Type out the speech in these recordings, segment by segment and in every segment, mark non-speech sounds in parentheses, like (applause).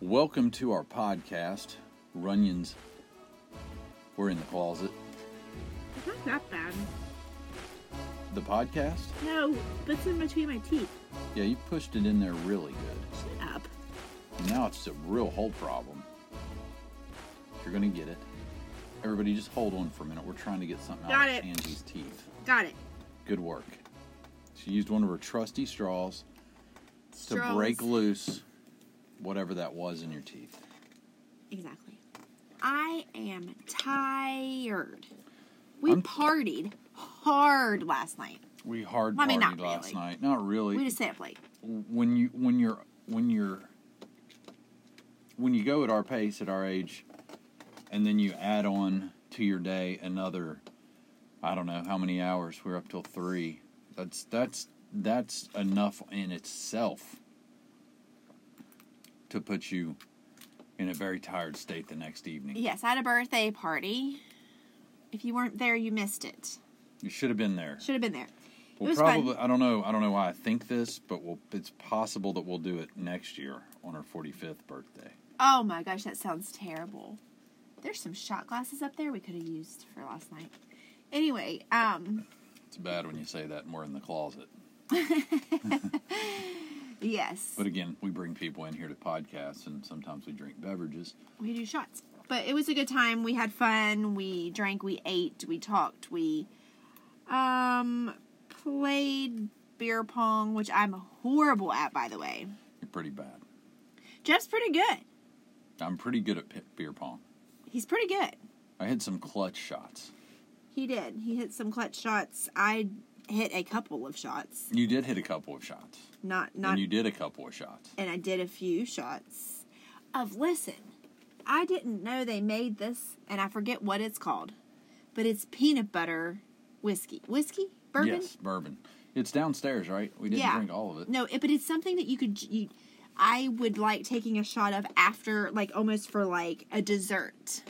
Welcome to our podcast, Runyon's We're in the Closet. It's not that bad. The podcast? No, it's in between my teeth. Yeah, you pushed it in there really good. Shut up. Now it's a real hole problem. You're going to get it. Everybody, just hold on for a minute. We're trying to get something Got out it. of Angie's teeth. Got it. Good work. She used one of her trusty straws to Straws. break loose whatever that was in your teeth. Exactly. I am tired. We I'm- partied hard last night. We hard I partied mean, not last really. night. Not really. We just stayed up late. when you when you're when you're when you go at our pace at our age and then you add on to your day another i don't know how many hours we're up till 3 that's that's that's enough in itself to put you in a very tired state the next evening Yes, I had a birthday party. If you weren't there, you missed it. you should have been there Should have been there. it we'll was fun. probably i don't know i don't know why i think this but we'll, it's possible that we'll do it next year on our 45th birthday Oh my gosh, that sounds terrible. There's some shot glasses up there we could have used for last night. Anyway, um, It's bad when you say that and we're in the closet. yes. But again, we bring people in here to podcasts and sometimes we drink beverages. we do shots. But it was a good time. We had fun. We drank. We ate. We talked. We um played beer pong, which I'm horrible at, by the way. You're pretty bad. Jeff's pretty good. I'm pretty good at pi beer pong. He's pretty good. I hit some clutch shots. He did. He hit some clutch shots. I hit a couple of shots. You did hit a couple of shots. Not not. and you did a couple of shots. and I did a few shots of listen. I didn't know they made this, and I forget what it's called, but it's peanut butter whiskey. Whiskey bourbon. Yes, bourbon. It's downstairs, right? We didn't Yeah. drink all of it. No, it, but it's something that you could. j- You, I would like taking a shot of after, like almost for like a dessert,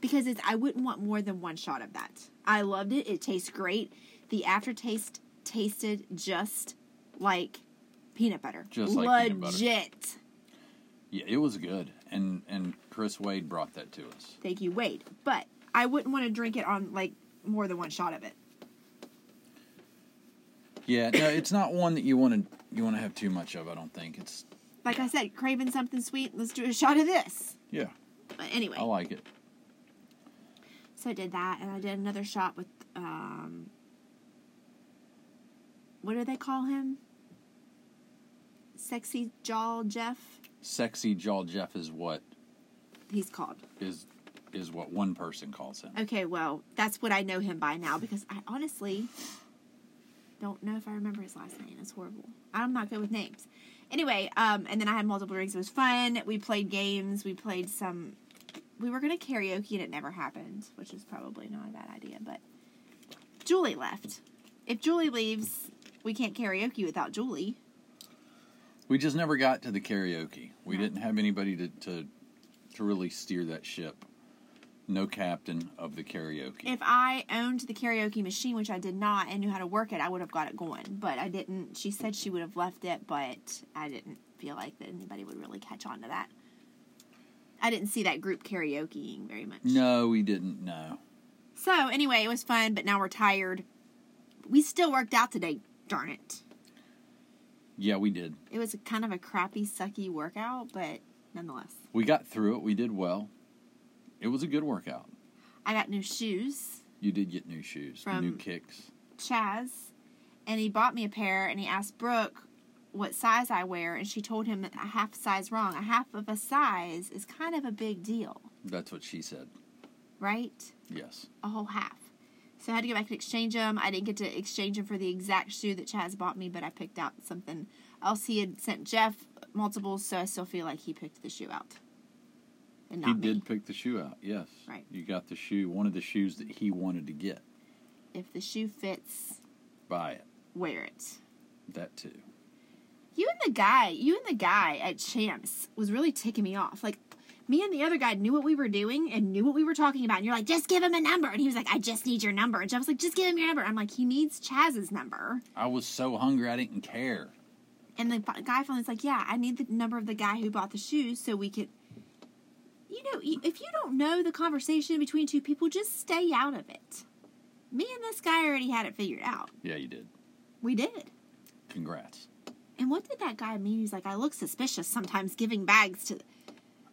because it's. I wouldn't want more than one shot of that. I loved it. It tastes great. The aftertaste tasted just like peanut butter. Just like peanut butter. Legit. Yeah, it was good. And and Chris Wade brought that to us. Thank you, Wade. But I wouldn't want to drink it on like more than one shot of it. Yeah, no, it's not one that you want to you want to have too much of, I don't think. It's Like I said, craving something sweet. Let's do a shot of this. yeah, But anyway, I like it. So I did that, and I did another shot with um. What do they call him? Sexy Jaw Jeff. Sexy Jaw Jeff is what He's called. is is what one person calls him. Okay, well, that's what I know him by now because I honestly don't know if I remember his last name. It's horrible. I'm not good with names. Anyway, um, and then I had multiple drinks. It was fun. We played games. We played some. We were gonna karaoke and it never happened, which is probably not a bad idea. But Julie left. If Julie leaves, we can't karaoke without Julie. We just never got to the karaoke. We didn't have anybody to, to to really steer that ship. No captain of the karaoke. If I owned the karaoke machine, which I did not, and knew how to work it, I would have got it going. But I didn't. She said she would have left it, but I didn't feel like that anybody would really catch on to that. I didn't see that group karaokeing very much. no, we didn't. No, So anyway, it was fun, but now we're tired. We still worked out today. Darn it! yeah, we did. It was kind of a crappy, sucky workout, but nonetheless, We got through it. We did well. It was a good workout. I got new shoes. You did get new shoes, From- new kicks. Chaz, and he bought me a pair, and he asked Brooke what size I wear, and she told him a half size wrong. A half of a size is kind of a big deal, That's what she said. right? Yes, A whole half. So I had to go back and exchange them. I didn't get to exchange them for the exact shoe that Chaz bought me, but I picked out something else. He had sent Jeff multiples, so I still feel like he picked the shoe out. And not he me. did pick the shoe out. Yes, Right. You got the shoe, one of the shoes that he wanted to get. If the shoe fits, Buy it. wear it. That too. You and the guy, you and the guy at Champs was really ticking me off. Like, me and the other guy knew what we were doing and knew what we were talking about. And you're like, just give him a number. And he was like, I just need your number. And Jeff was like, just give him your number. I'm like, he needs Chaz's number. I was so hungry I didn't care. And the fi- guy finally's like, "Yeah, I need the number of the guy who bought the shoes so we could." You know, y- if you don't know the conversation between two people, just stay out of it. Me and this guy already had it figured out. Yeah, you did. We did. Congrats. And what did that guy mean? He's like, I look suspicious sometimes giving bags to.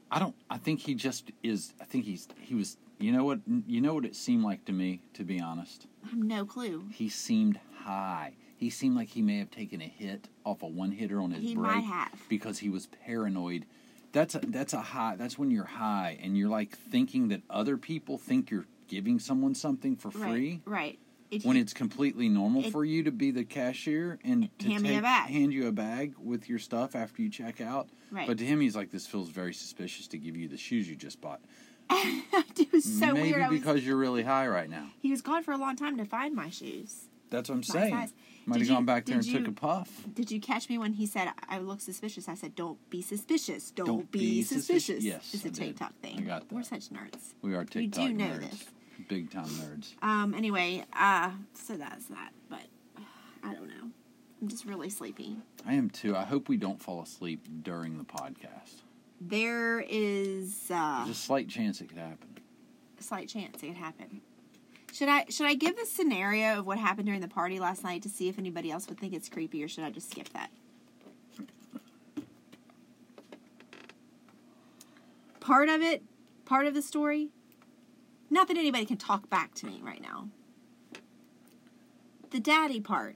I don't. I think he just is. I think he's. He was. You know what? You know what it seemed like to me. To be honest, I have no clue. he seemed high. He seemed like he may have taken a hit off a one hitter on his He break might have. because he was paranoid. That's a, that's a high. That's when you're high and you're like thinking that other people think you're giving someone something for free Right. Right. If (laughs) when you- it's completely normal It- for you to be the cashier and to Hand me a take- bag. hand you a bag with your stuff after you check out. Right. But to him, he's like, "This feels very suspicious to give you the shoes you just bought." it was so Maybe weird. I was, because you're really high right now. he was gone for a long time to find my shoes. That's what I'm My saying. size. Might Did have gone you- back there and did took you- a puff. Did you catch me when he said I look suspicious? I said, "Don't be suspicious. Don't, Don't be, be suspicious." suspicious." Yes, it's a I did. TikTok thing. I got that. We're such nerds. We are do TikTok know nerds, this. big time nerds. Um. Anyway, uh. So that's that. But (sighs) uh, I don't know. I'm just really sleepy. I am too. I hope we don't fall asleep during the podcast. There is. Uh, There's a slight chance it could happen. slight chance it could happen. Should I should I give the scenario of what happened during the party last night to see if anybody else would think it's creepy, or should I just skip that? Part of it, part of the story. Not that anybody can talk back to me right now. The daddy part.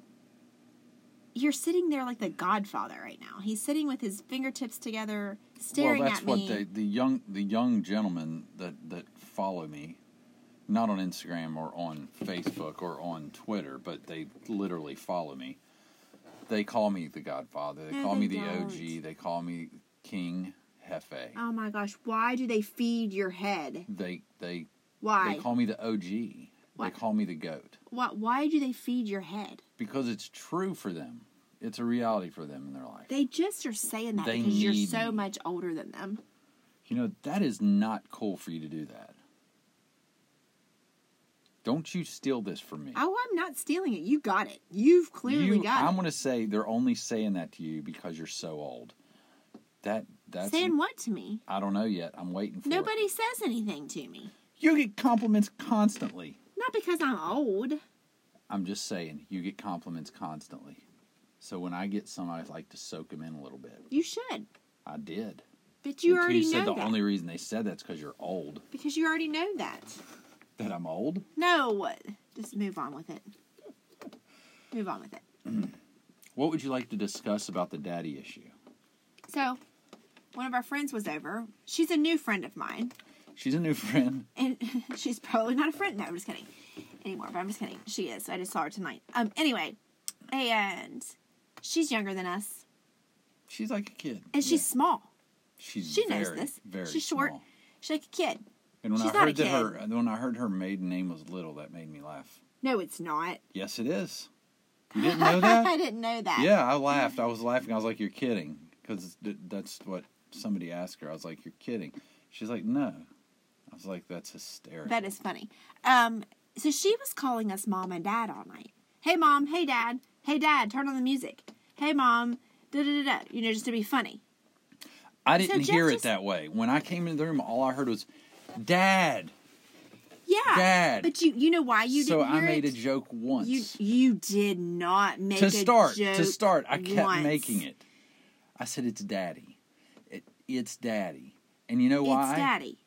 You're sitting there like the Godfather right now. He's sitting with his fingertips together, staring well, that's at what me. the the young the young gentlemen that that follow me, not on Instagram or on Facebook or on Twitter, but they literally follow me. They call me the Godfather. They No, call they me the don't. OG. They call me King Hefe. Oh my gosh, why do they feed your head? They they Why? they call me the OG. Why? They call me the goat why? Why do they feed your head? because it's true for them. It's a reality for them in their life. They just are saying that They because you're need so me. much older than them. You know, that is not cool for you to do that. Don't you steal this from me. Oh, I'm not stealing it. You got it. You've clearly You- got I'm it. going to say they're only saying that to you because you're so old. That that's saying what to me? I don't know yet. I'm waiting for it. Nobody says anything to me. You get compliments constantly. Not because I'm old. I'm just saying, you get compliments constantly. So when I get some, I like to soak them in a little bit. You should. I did. But you Until already said know the that. only reason they said that's because you're old. Because you already know that. That I'm old. No. Just move on with it. Move on with it. What would you like to discuss about the daddy issue? So, one of our friends was over. She's a new friend of mine. She's a new (laughs) friend. and (laughs) she's probably not a friend. No, I'm just kidding anymore. But I'm just kidding. She is. I just saw her tonight. Um. Anyway, and she's younger than us, She's like a kid. and she's small. she's She knows very, this. Very she's short. small. She's like a kid. And when She's I not a heard that her kid. when I heard her maiden name was Little, that made me laugh. No, it's not. (laughs) Yes, it is. You didn't know that? I didn't know that. yeah, I laughed. I was laughing. I was like, "You're kidding," because that's what somebody asked her. I was like, "You're kidding." She's like, "No." I was like, "That's hysterical." That is funny. Um. So she was calling us mom and dad all night. Hey mom. Hey dad. Hey dad. Turn on the music. Hey mom. Da da da da. You know, just to be funny. I didn't Jeff hear just- it that way. When I came into the room, all I heard was, "Dad." Yeah. Dad. But you you know why you so didn't I hear made it? a joke once. You you did not make to a start joke to start i kept once. making it i said it's daddy it, it's daddy and you know It's why daddy.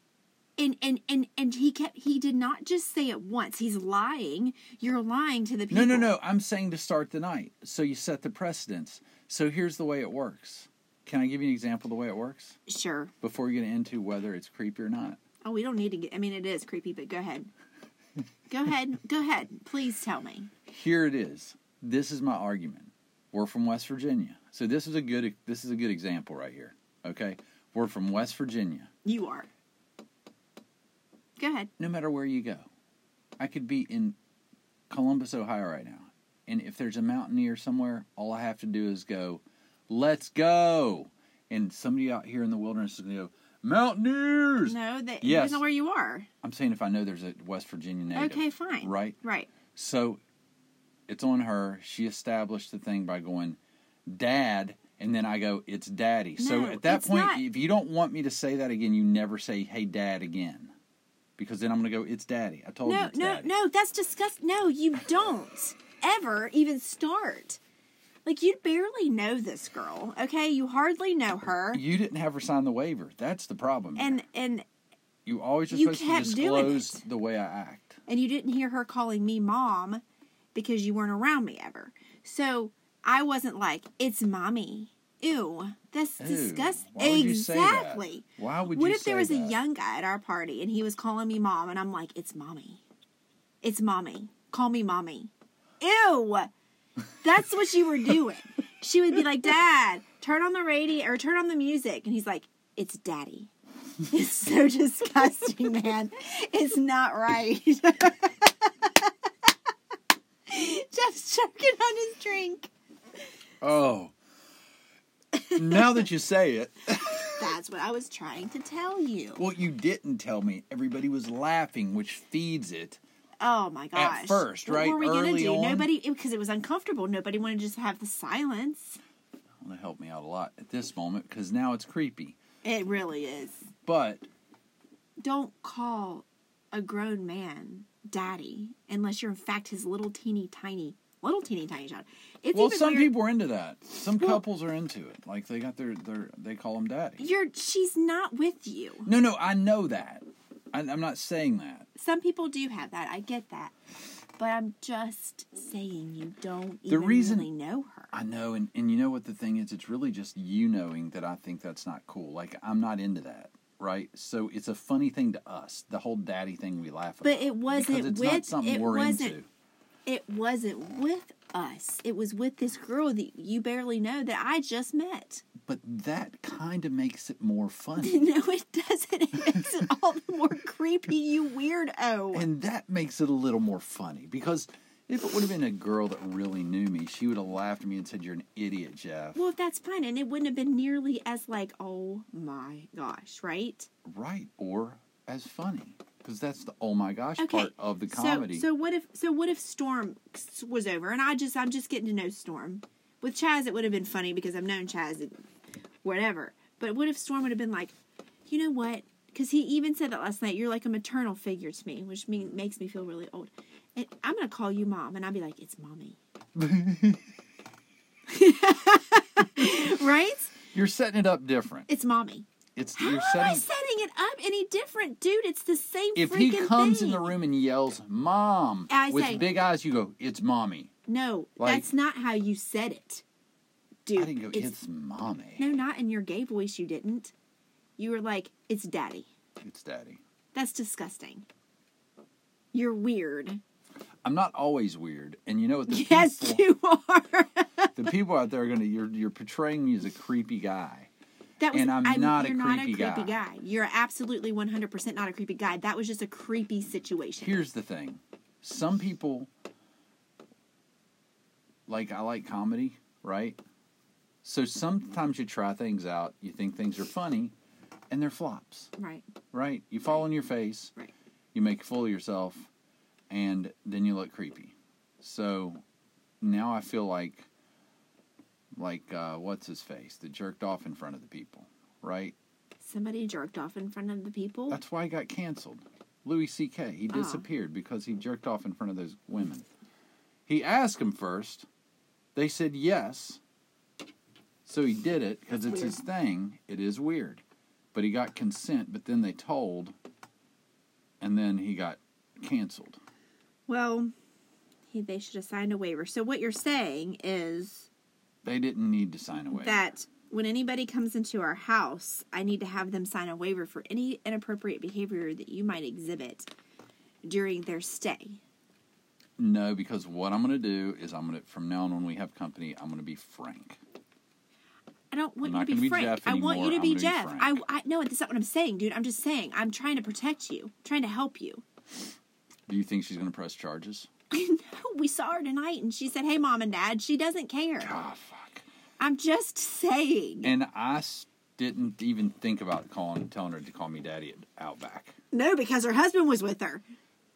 And and and and he kept he did not just say it once. He's lying. You're lying to the no people. no no i'm saying to start the night so you set the precedence so here's the way it works can i give you an example of the way it works Sure. before we get into whether it's creepy or not Oh, we don't need to get I mean it is creepy, but go ahead. Go (laughs) ahead. Go ahead. Please tell me. here it is this is my argument we're from west virginia so this is a good this is a good example right here okay we're from west virginia You are. Go ahead. no matter where you go. I could be in Columbus, Ohio right now. And if there's a mountaineer somewhere, all I have to do is go, let's go. And somebody out here in the wilderness is going to go, Mountaineers! No, that Yes. you know where you are. I'm saying if I know there's a West Virginia native. Okay, fine. Right? Right. So it's on her. She established the thing by going, Dad. and then I go, "It's daddy." so No, at that it's point, not. if you don't want me to say that again, you never say, "Hey, dad," again, because then I'm gonna go, "It's daddy." I told you, No, it's no, Oh, daddy. no, that's disgusting. No, you don't ever even start. Like, you barely know this girl, okay? You hardly know her. You didn't have her sign the waiver. That's the problem. here. And, and, you always are you supposed to kept doing disclose it. the way I act. and you didn't hear her calling me mom because you weren't around me ever. So I wasn't like, it's mommy. Ew, that's Ew, disgusting. why would you say that? exactly. Why would what you if there say was a that? young guy at our party and he was calling me mom and I'm like, it's mommy. It's mommy. Call me mommy. Ew. That's what you were doing. she would be like, Dad, turn on the radio or turn on the music. And he's like, it's daddy. (laughs) It's so disgusting, man. It's not right. Jeff's (laughs) choking on his drink. Oh. now that you say it, That's what I was trying to tell you. well, you didn't tell me. Everybody was laughing, which feeds it. Oh my gosh. first, right? What were we gonna Early do? on? Nobody, because it was uncomfortable. Nobody wanted to just have the silence. Well, that helped me out a lot at this moment because now it's creepy. It really is. But Don't call a grown man daddy unless you're in fact his little teeny tiny, little teeny tiny child. It's well, even some weird- people are into that. Some Well- couples are into it. Like they got their their they call them daddy. You're. She's not with you. No, no, I know that. I, I'm not saying that. Some people do have that. I get that. But I'm just saying you don't The even reason- really know her. I know, and and you know what the thing is? It's really just you knowing that I think that's not cool. Like I'm not into that, right? So it's a funny thing to us. The whole daddy thing we laugh But about. it wasn't because it's with- not something it we're wasn't- into. it wasn't with us. It was with this girl that you barely know that I just met. (laughs) But that kind of makes it more funny. no, it doesn't. It makes it all the more creepy, you weirdo. and that makes it a little more funny because if it would have been a girl that really knew me, she would have laughed at me and said, "You're an idiot, Jeff." Well, that's fine. And it wouldn't have been nearly as like, oh my gosh, right? Right, or as funny because that's the oh my gosh Okay. part of the comedy. So, so what if so what if Storm was over and I just I'm just getting to know Storm. With Chaz it would have been funny because I've known Chaz and whatever. But what if Storm would have been like, you know what? Because he even said that last night. You're like a maternal figure to me, which mean, makes me feel really old. And I'm gonna call you mom, and I'd be like, it's (laughs) mommy, right? you're setting it up different. It's mommy. It's How you're am I setting. setting it up any different, dude? It's the same. If freaking he comes thing. in the room and yells "Mom" I with say- big eyes, you go, "It's mommy." no, Like- that's not how you said it, dude. I didn't go, "It's, it's mommy." No, not in your gay voice, you didn't. You were like, it's daddy. It's daddy. That's disgusting. You're weird. I'm not always weird, and you know what? The (laughs) Yes, people, you are. the people out there are gonna you're you're portraying me as a creepy guy. That was, And I'm not a you're creepy guy. creepy guy. You're absolutely 100% not a creepy guy. That was just a creepy situation. Here's the thing: some people like I like comedy, right? So sometimes you try things out, you think things are funny, and they're flops, right, right? You fall on your face, right. you make a fool of yourself, and then you look creepy. So now I feel like, like uh, what's his face that jerked off in front of the people, right? Somebody jerked off in front of the people. That's why he got canceled. Louis C.K. He disappeared because he jerked off in front of those women. He asked him first. They said yes. So he did it because it's his thing. It is weird. But he got consent, but then they told, and then he got canceled. well, he, they should have signed a waiver. So what you're saying is They didn't need to sign away. that when anybody comes into our house, I need to have them sign a waiver for any inappropriate behavior that you might exhibit during their stay. no, because what I'm going to do is I'm going to, from now on when we have company, I'm going to be frank. I don't I'm want you not to gonna be be Frank. Jeff I want you anymore. to I'm be gonna be Jeff. I, Frank. I no, that's not what I'm saying, dude. I'm just saying I'm trying to protect you, trying to help you. (laughs) Do you think she's going to press charges? I know we saw her tonight, and she said, "Hey, mom and dad." She doesn't care. Ah, fuck. I'm just saying. And I s- didn't even think about calling, telling her to call me daddy at Outback. No, because her husband was with her.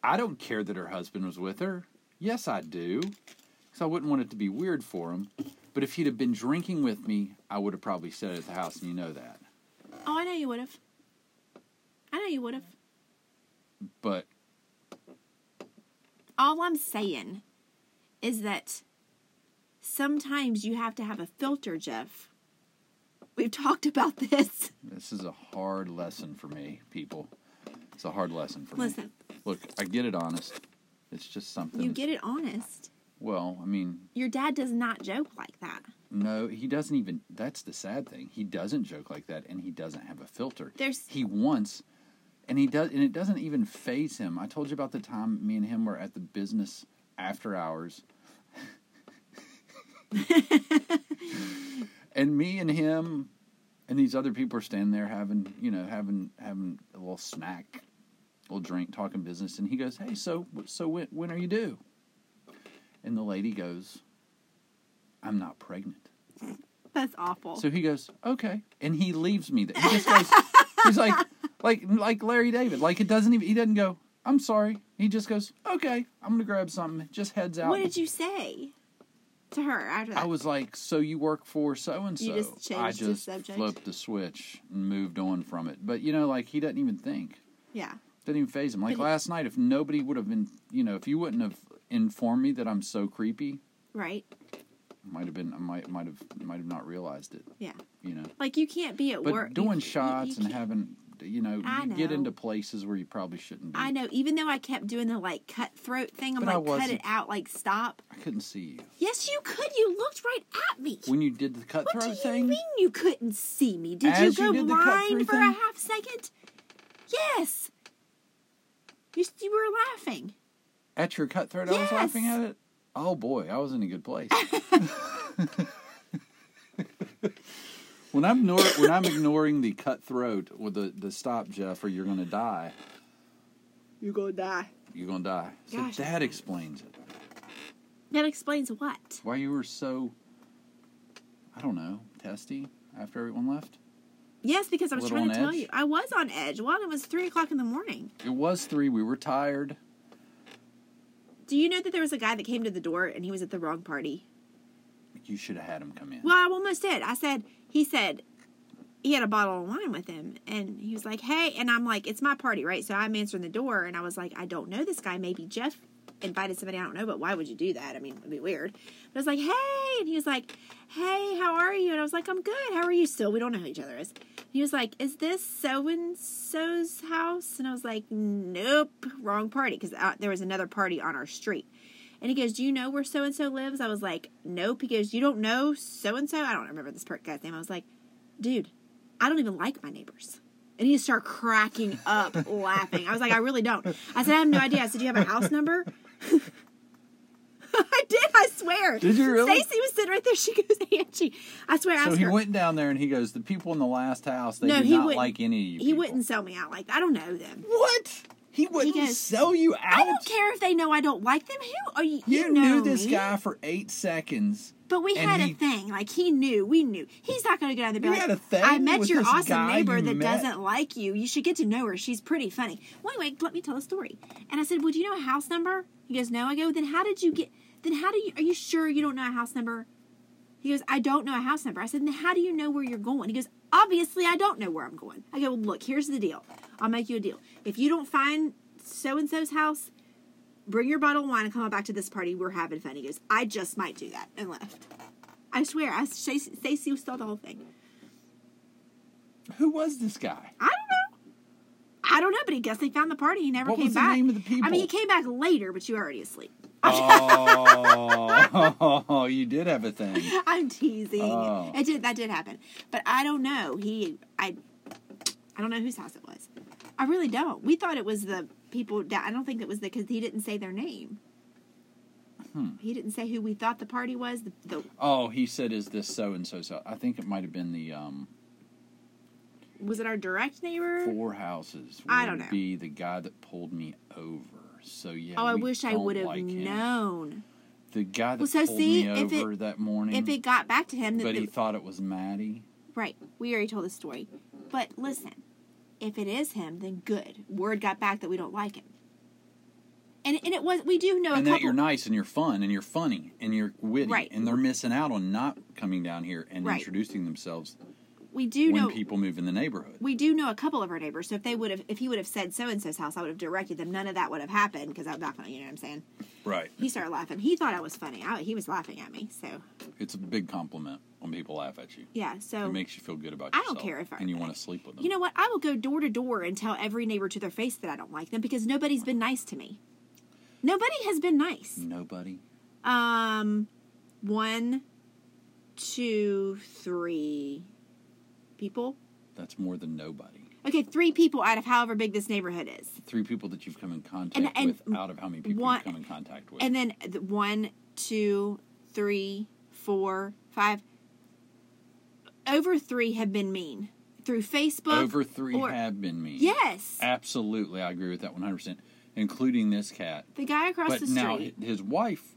I don't care that her husband was with her. Yes, I do. Because I wouldn't want it to be weird for him. But if he'd have been drinking with me, I would have probably said it at the house, and you know that. Oh, I know you would have. I know you would have. But All I'm saying is that sometimes you have to have a filter, Jeff. We've talked about this. this is a hard lesson for me, people. It's a hard lesson for Listen. me. Look, I get it honest. It's just something. You that's- get it honest. Well, I mean, Your dad does not joke like that. No, he doesn't even. That's the sad thing. He doesn't joke like that, and he doesn't have a filter. There's- he wants, and he does, and it doesn't even phase him. I told you about the time me and him were at the business after hours, and me and him, and these other people are standing there having, you know, having having a little snack, a little drink, talking business, and he goes, "Hey, so so when when are you due?" And the lady goes, "I'm not pregnant." That's awful. So he goes, okay, and he leaves me. There. He just goes, he's like, like, like Larry David. Like it doesn't even. He doesn't go. I'm sorry. He just goes, okay, I'm gonna grab something. Just heads out. what did you say to her after that? I was like, so you work for so and so. You just changed I the just subject. flipped the switch and moved on from it. But you know, like he doesn't even think. yeah. Doesn't even phase him. Like But he- last night, if nobody would have been, you know, if you wouldn't have informed me that I'm so creepy, Right. I might have been, I might, might have, might have not realized it. Yeah. You know. Like you can't be at But work you- you- doing you shots and can't- having, you know, I you get know. into places where you probably shouldn't be. I know. Even though I kept doing the like cutthroat thing, I'm But I like, cut wasn't. it out. Like, stop. I couldn't see you Yes, you could. You looked right at me. when you did the what do cutthroat you thing. mean you couldn't see me? Did As you you go did the cutthroat blind for a thing? half second? Yes. You, s- you were laughing. At your cutthroat, I was Yes. laughing at it. Oh boy, I was in a good (laughs) place. when I'm ignor- when I'm ignoring the cutthroat or the the stop, Jeff, or you're gonna die. You're gonna die. You're gonna die. So Gosh. that explains it. That explains what. Why you were so, I don't know, testy after everyone left. Yes, because I A was little trying to on tell edge? you, I was on edge. Well, it was three o'clock in the morning. It was three. We were tired. Do you know that there was a guy that came to the door and he was at the wrong party? You should have had him come in. Well, I almost did. I said, he said, he had a bottle of wine with him, and he was like, "Hey," and I'm like, "It's my party, right?" So I'm answering the door, and I was like, "I don't know this guy. Maybe Jeff invited somebody I don't know, but why would you do that? I mean, it'd be weird." But I was like, "Hey," and he was like, "Hey, how are you?" And I was like, "I'm good. How are you?" Still, we don't know who each other is. He was like, "Is this so and so's house?" And I was like, "Nope, wrong party," because there was another party on our street. And he goes, Do you know where so and so lives? I was like, Nope. He goes, You don't know so and so? I don't remember this per- guy's name. I was like, Dude, I don't even like my neighbors. And he started cracking up (laughs) laughing. I was like, I really don't. I said, I have no idea. I said, Do you have a house number? (laughs) I did, I swear. Did you really? Stacy was sitting right there. She goes, Angie. I swear I So asked he her. went down there and he goes, The people in the last house, they No, do he not wouldn't- like any of you. he people." wouldn't sell me out like that. I don't know them. What? He wouldn't goes, sell you out? I don't care if they know I don't like them. Who are you? You, know knew this me. guy for eight seconds. But we And had he- a thing. Like he knew, we knew. He's not going to go down there. and be You like, had a thing I met with your this awesome guy neighbor you that met?" doesn't like you. You should get to know her. She's pretty funny. Well, anyway, let me tell a story. And I said, "Well, do you know a house number?" He goes, "No." I go, "Then how did you get? Then how do you? Are you sure you don't know a house number?" He goes, "I don't know a house number." I said, "Then how do you know where you're going?" He goes, "Obviously, I don't know where I'm going." I go, well, "Look, here's the deal. I'll make you a deal. If you don't find so and so's house." Bring your bottle of wine and come on back to this party. We're having fun. He goes, I just might do that and left. I swear, I Stacy Stacy saw the whole thing. Who was this guy? I don't know. I don't know, but he guess they found the party. He never What came was the back. name of the people? I mean, he came back later, but you were already asleep. (laughs) Oh, (laughs) you did have a thing. I'm teasing. Oh. It did that did happen, but I don't know. He I I don't know whose house it was. I really don't. We thought it was the people. da- I don't think it was the because he didn't say their name. Hmm. He didn't say who we thought the party was. The, the Oh, he said, Is this so and so? So I think it might have been the um, was it our direct neighbor? four houses. Would I don't know. Be the guy that pulled me over. So yeah. oh, I we wish I don't would have like him. known. The guy that Well, so pulled see, me if it- over that morning. If it got back to him, that Hmm. but the, he thought it was Maddie. Right. We already told the story. But listen, if it is him, then good. Word got back that we don't like him. and and it was we do know and a that couple you're nice and you're fun and you're funny and you're witty Right. and they're missing out on not coming down here and Right. introducing themselves we do when know people move in the neighborhood. we do know a couple of our neighbors. So if they would have if he would have said so and so's house, I would have directed them. None of that would have happened because I'm not gonna you know what I'm saying. Right. He started laughing. He thought I was funny. I, he was laughing at me. So It's a big compliment when people laugh at you. yeah. So It makes you feel good about I yourself. don't care if I- and you want to sleep with them. you know what? I will go door to door and tell every neighbor to their face that I don't like them because nobody's been nice to me. Nobody has been nice. nobody. Um, one, two, three people. That's more than nobody. Okay, three people out of however big this neighborhood is. Three people that you've come in contact and with out of how many people one- you've come in contact with. And then the one, two, three, four, five. Over three have been mean through Facebook. Over three or- have been mean. Yes. Absolutely, I agree with that 100%, including this cat. The guy across But the now street. his wife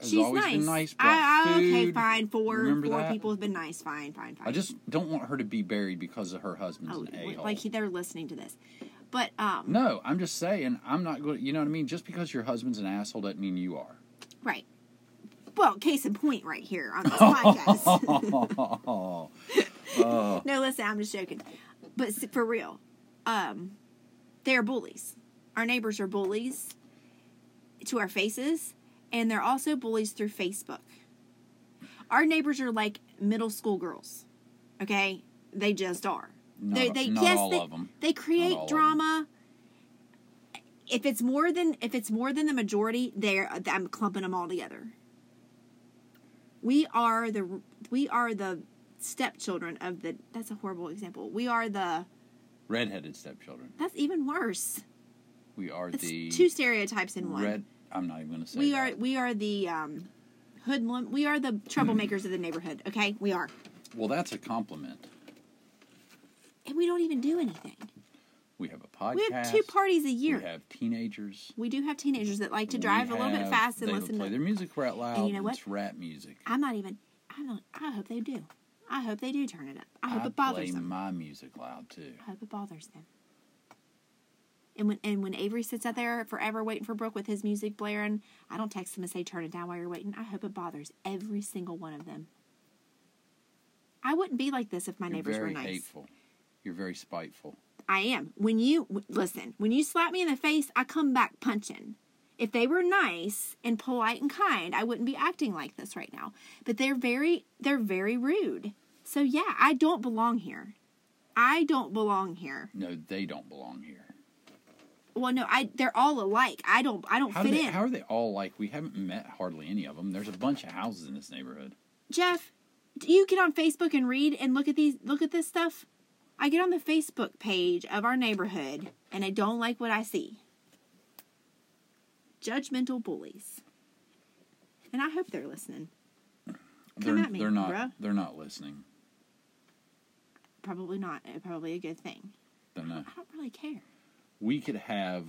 has She's always nice. been nice. Brought I, I, okay, food. fine. Four, Remember four that? people have been nice. Fine, fine, fine. I just don't want her to be buried because of her husband's oh, an a hole. like he, they're listening to this, but um, no, I'm just saying. I'm not going. to You know what I mean? Just because your husband's an asshole doesn't mean you are. right. Well, case in point, right here on (laughs) this podcast. Oh, no, listen, I'm just joking, but s- for real, um, they are bullies. Our neighbors are bullies to our faces, and they're also bullies through Facebook. Our neighbors are like middle school girls. Okay, they just are. Not- they, they not yes, all they, of 'em. they create all of 'em. drama. If it's more than if it's more than the majority, there I'm clumping them all together. We are the we are the stepchildren of the. That's a horrible example. We are the. redheaded stepchildren. That's even worse. We are That's the two stereotypes in one. red. I'm not even going to say. we that. are we are the um, hoodlum. We are the troublemakers of the neighborhood. Okay, we are, Well, that's a compliment. and we don't even do anything. We have a podcast. We have two parties a year. We have teenagers. We do have teenagers that like to drive We a little bit have- fast and they listen play to. their music right loud. And you know what? It's rap music. I'm not even. I'm not. I hope they do. I hope they do turn it up. I hope I it bothers play them. my music loud too. I hope it bothers them. And when and when Avery sits out there forever waiting for Brooke with his music blaring, I don't text him and say turn it down while you're waiting. I hope it bothers every single one of them. I wouldn't be like this if my You're neighbors very were nice. hateful. You're very spiteful. I am. When you w- listen, when you slap me in the face, I come back punching. If they were nice and polite and kind, I wouldn't be acting like this right now. But they're very they're very rude. So yeah, I don't belong here. I don't belong here. No, they don't belong here. Well, no, I they're all alike. I don't I don't How, do fit they, in. how are they all like? We haven't met hardly any of them. There's a bunch of houses in this neighborhood. Jeff, do you get on Facebook and read and look at these look at this stuff? I get on the Facebook page of our neighborhood and I don't like what I see. Judgmental bullies. And I hope they're listening. Come they're, at me, they're not. bruh. They're not listening. Probably not. uh, Probably a good thing. They're not. I don't really care. We could have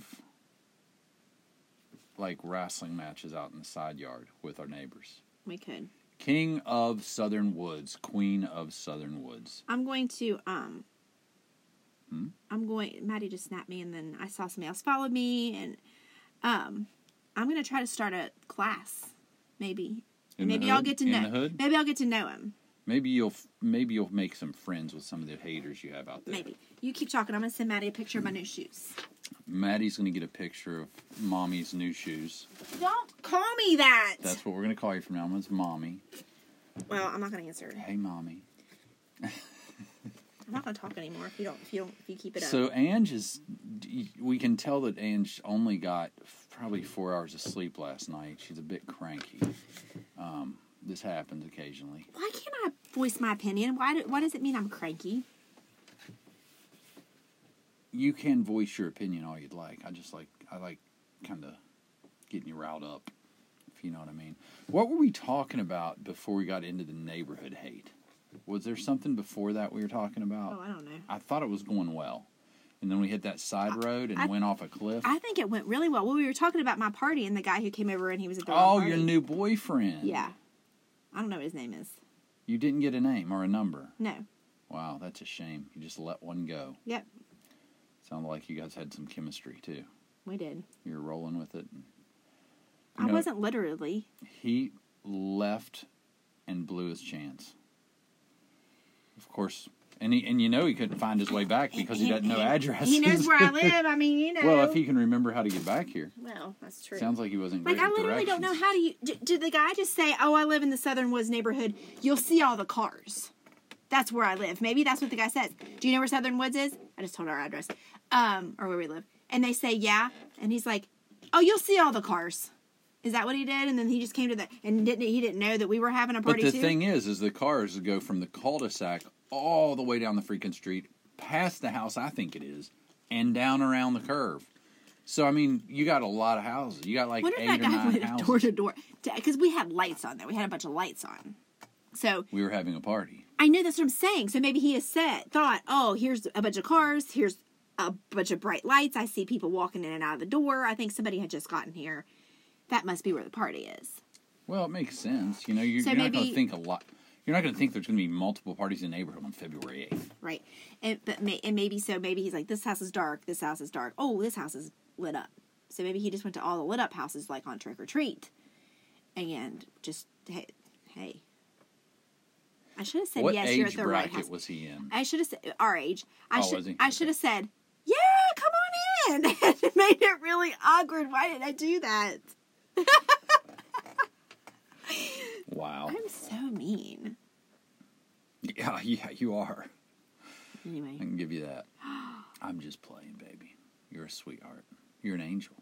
like wrestling matches out in the side yard with our neighbors. We could. King of Southern Woods, Queen of Southern Woods. I'm going to um Hmm? I'm going Maddie just snapped me and then I saw somebody else follow me and um I'm gonna try to start a class, maybe. In the maybe I'll hood? get to In know the hood? maybe I'll get to know him. Maybe you'll maybe you'll make some friends with some of the haters you have out there. Maybe. You keep talking, I'm gonna send Maddie a picture of my new shoes. Maddie's gonna get a picture of mommy's new shoes. Don't call me that. That's what we're gonna call you from now on. It's mommy. well, I'm not gonna answer. Hey, mommy. I'm not gonna talk anymore if you don't if you don't if you keep it up. So Ange is. We can tell that Ange only got probably four hours of sleep last night. She's a bit cranky. Um, this happens occasionally. why can't I voice my opinion? Why do, why does it mean I'm cranky? You can voice your opinion all you'd like. I just like I like kind of getting you riled up, if you know what I mean. What were we talking about before we got into the neighborhood hate? Was there something before that we were talking about? Oh, I don't know. I thought it was going well. And then we hit that side road and I- went off a cliff. I think it went really well. Well, we were talking about my party and the guy who came over and he was at the wrong oh, your party. new boyfriend. Yeah. I don't know what his name is. You didn't get a name or a number. No. Wow, that's a shame. You just let one go. Yep. Sounded like you guys had some chemistry too. We did. You were rolling with it. I No. wasn't literally. He left and blew his chance. Of course, and he, and you know he couldn't find his way back because he doesn't know addresses. (laughs) He knows where I live. I mean, you know. well, if he can remember how to get back here, Well, that's true. sounds like he wasn't. like great I with literally don't know directions. how do you d- did the guy just say, "Oh, I live in the Southern Woods neighborhood. You'll see all the cars. That's where I live." Maybe that's what the guy says. Do you know where Southern Woods is? I just told our address, um, or where we live. And they say, "Yeah," and he's like, "Oh, you'll see all the cars." Is that what he did? And then he just came to the and didn't he didn't know that we were having a But party the too. thing is, is the cars go from the cul-de-sac all the way down the freaking street, past the house I think it is, and down around the curve. So I mean, you got a lot of houses. You got like wonder if eight that or guy (laughs) nine went door houses. to door because we had lights on there. We had a bunch of lights on. So We were having a party. I know that's what I'm saying. So maybe he has said, thought, oh, here's a bunch of cars, here's a bunch of bright lights. I see people walking in and out of the door. I think somebody had just gotten here. That must be where the party is. Well, it makes sense. You know, you're, So you're not going maybe- to think a lot. You're not going to think there's going to be multiple parties in the neighborhood on February 8th. Right. And but may, and maybe so maybe he's like this house is dark, this house is dark. Oh, this house is lit up. So maybe he just went to all the lit up houses like on trick or treat. And just hey, hey. I should have said what yes, you're at age the right bracket house. was he in? I should have said our age. I Oh, was should he? I should have said, "Yeah, come on in." (laughs) it made it really awkward. Why did I do that? Wow. I'm so mean. Yeah, (laughs) yeah, you are. I Anyway, can give you that. I'm just playing, baby. You're a sweetheart. You're an angel.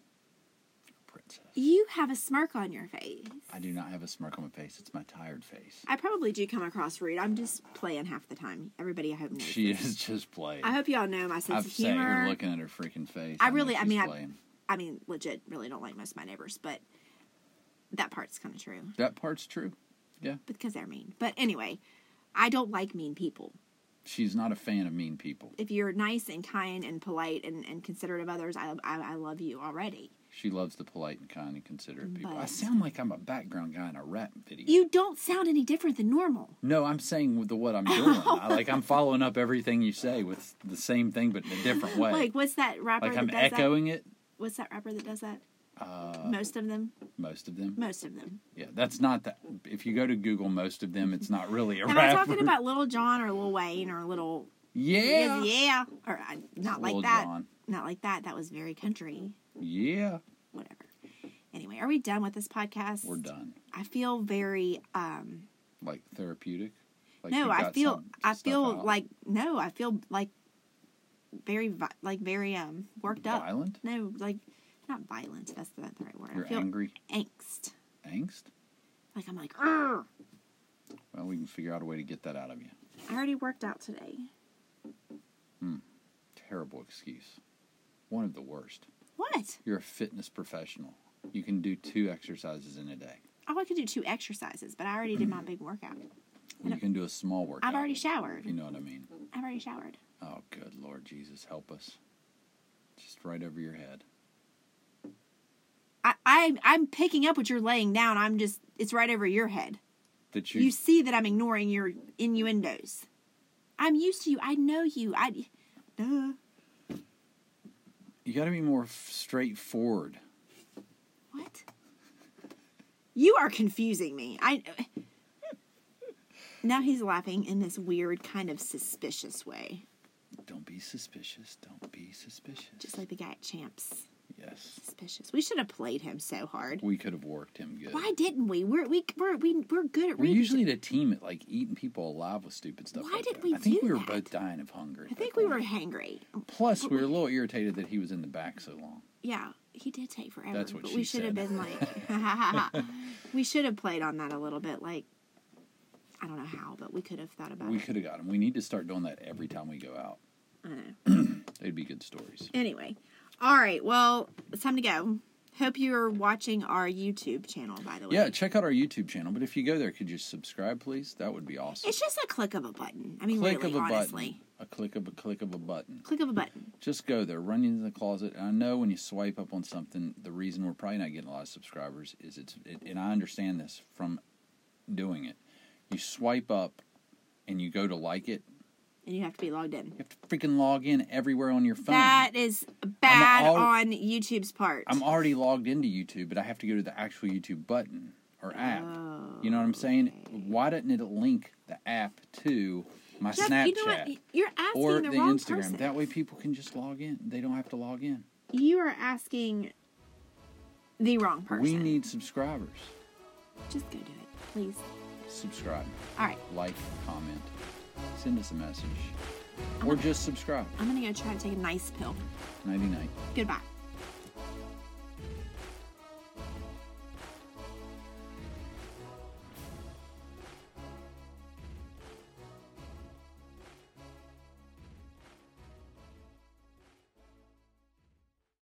You're a princess. you have a smirk on your face. I do not have a smirk on my face. It's my tired (laughs) face. I probably do come across rude. I'm just playing half the time. Everybody, I hope knows. She is just playing. I hope y'all know my sense I've of sat here humor. looking at her freaking face. I know really- I she's mean, I- playing. I mean, legit, really don't like most of my neighbors, but that part's kind of true that part's true. Yeah, because they're mean. But anyway, I don't like mean people. she's not a fan of mean people. If you're nice and kind and polite and, and considerate of others, I, I I love you already. She loves the polite and kind and considerate people. I But- sound like I'm a background guy in a rap video. You don't sound any different than normal. no, I'm saying with the what I'm (laughs) doing. I, like I'm following up everything you say with the same thing but in a different way. Like, what's that (laughs) rapper Like, that I'm does that? echoing it. What's that rapper that does that? Uh, most of them. most of them. Most of them. Yeah, that's not that. If you go to Google, most of them, it's not really a Am rapper. I talking about Little John or Lil Wayne or Little? Yeah. yeah. Or I not like Lil that. Jon. Not like that. That was very country. Yeah. Whatever. Anyway, are we done with this podcast? We're done. I feel very. um Like therapeutic. Like No, you I got feel. some I stuff feel out. like no. I feel like very vi- like very um worked up. Violent? No, like not violent. That's not the right word. you're I feel angry. angst. Angst. Like I'm like, Arr! Well, we can figure out a way to get that out of you. I already worked out today. Terrible excuse. One of the worst. What? You're a fitness professional. You can do two exercises in a day. Oh, I could do two exercises, but I already did my Mm. big workout. Well, you can do a small workout. I've already showered. You know what I mean? I've already showered. Oh, good Lord Jesus, help us. Just right over your head. I, I I'm picking up what you're laying down. I'm just it's right over your head. That you, You see that I'm ignoring your innuendos. I'm used to you. I know you. I duh. you got to be more f- straightforward. What? You are confusing me. I Now he's laughing in this weird kind of suspicious way, Don't be suspicious. Don't be suspicious. just like the guy at Champs. yes, Suspicious. We should have played him so hard. we could have worked him good. Why didn't we? We're we we're we, we're good at We're reading. usually the team at like eating people alive with stupid stuff. Why like did that. we I think do we were that? both dying of hunger. at I that think we were point. hangry. Plus, (laughs) we were a little irritated that he was in the back so long. Yeah, he did take forever. That's what but she we should have said. been like, (laughs) we should have played on that a little bit. Like, I don't know how, but we could have thought about We it. could have got him. We need to start doing that every time we go out. I know. They'd be good stories. Anyway, all right. Well, it's time to go. Hope you're watching our YouTube channel, by the way. Yeah, check out our YouTube channel. But if you go there, could you subscribe, please? That would be awesome. it's just a click of a button. I mean, click really, of a honestly, button. A click of a click of a button. click of a button. just go there, run into the closet. And I know when you swipe up on something, the reason we're probably not getting a lot of subscribers is it's, it, and I understand this from doing it. You swipe up and you go to like it, and you have to be logged in. You have to freaking log in everywhere on your phone. That is bad al- on YouTube's part. I'm already logged into YouTube, but I have to go to the actual YouTube button or app. you know what I'm saying? Why doesn't it link the app to my Jeff, Snapchat you know what? You're asking or the, the, wrong Instagram? person. That way people can just log in. They don't have to log in. you are asking the wrong person. We need subscribers. Just go do it, please. Subscribe, All right, like, comment, send us a message, or just subscribe. I'm gonna go try to take a nice pill. Ninety nine. Goodbye.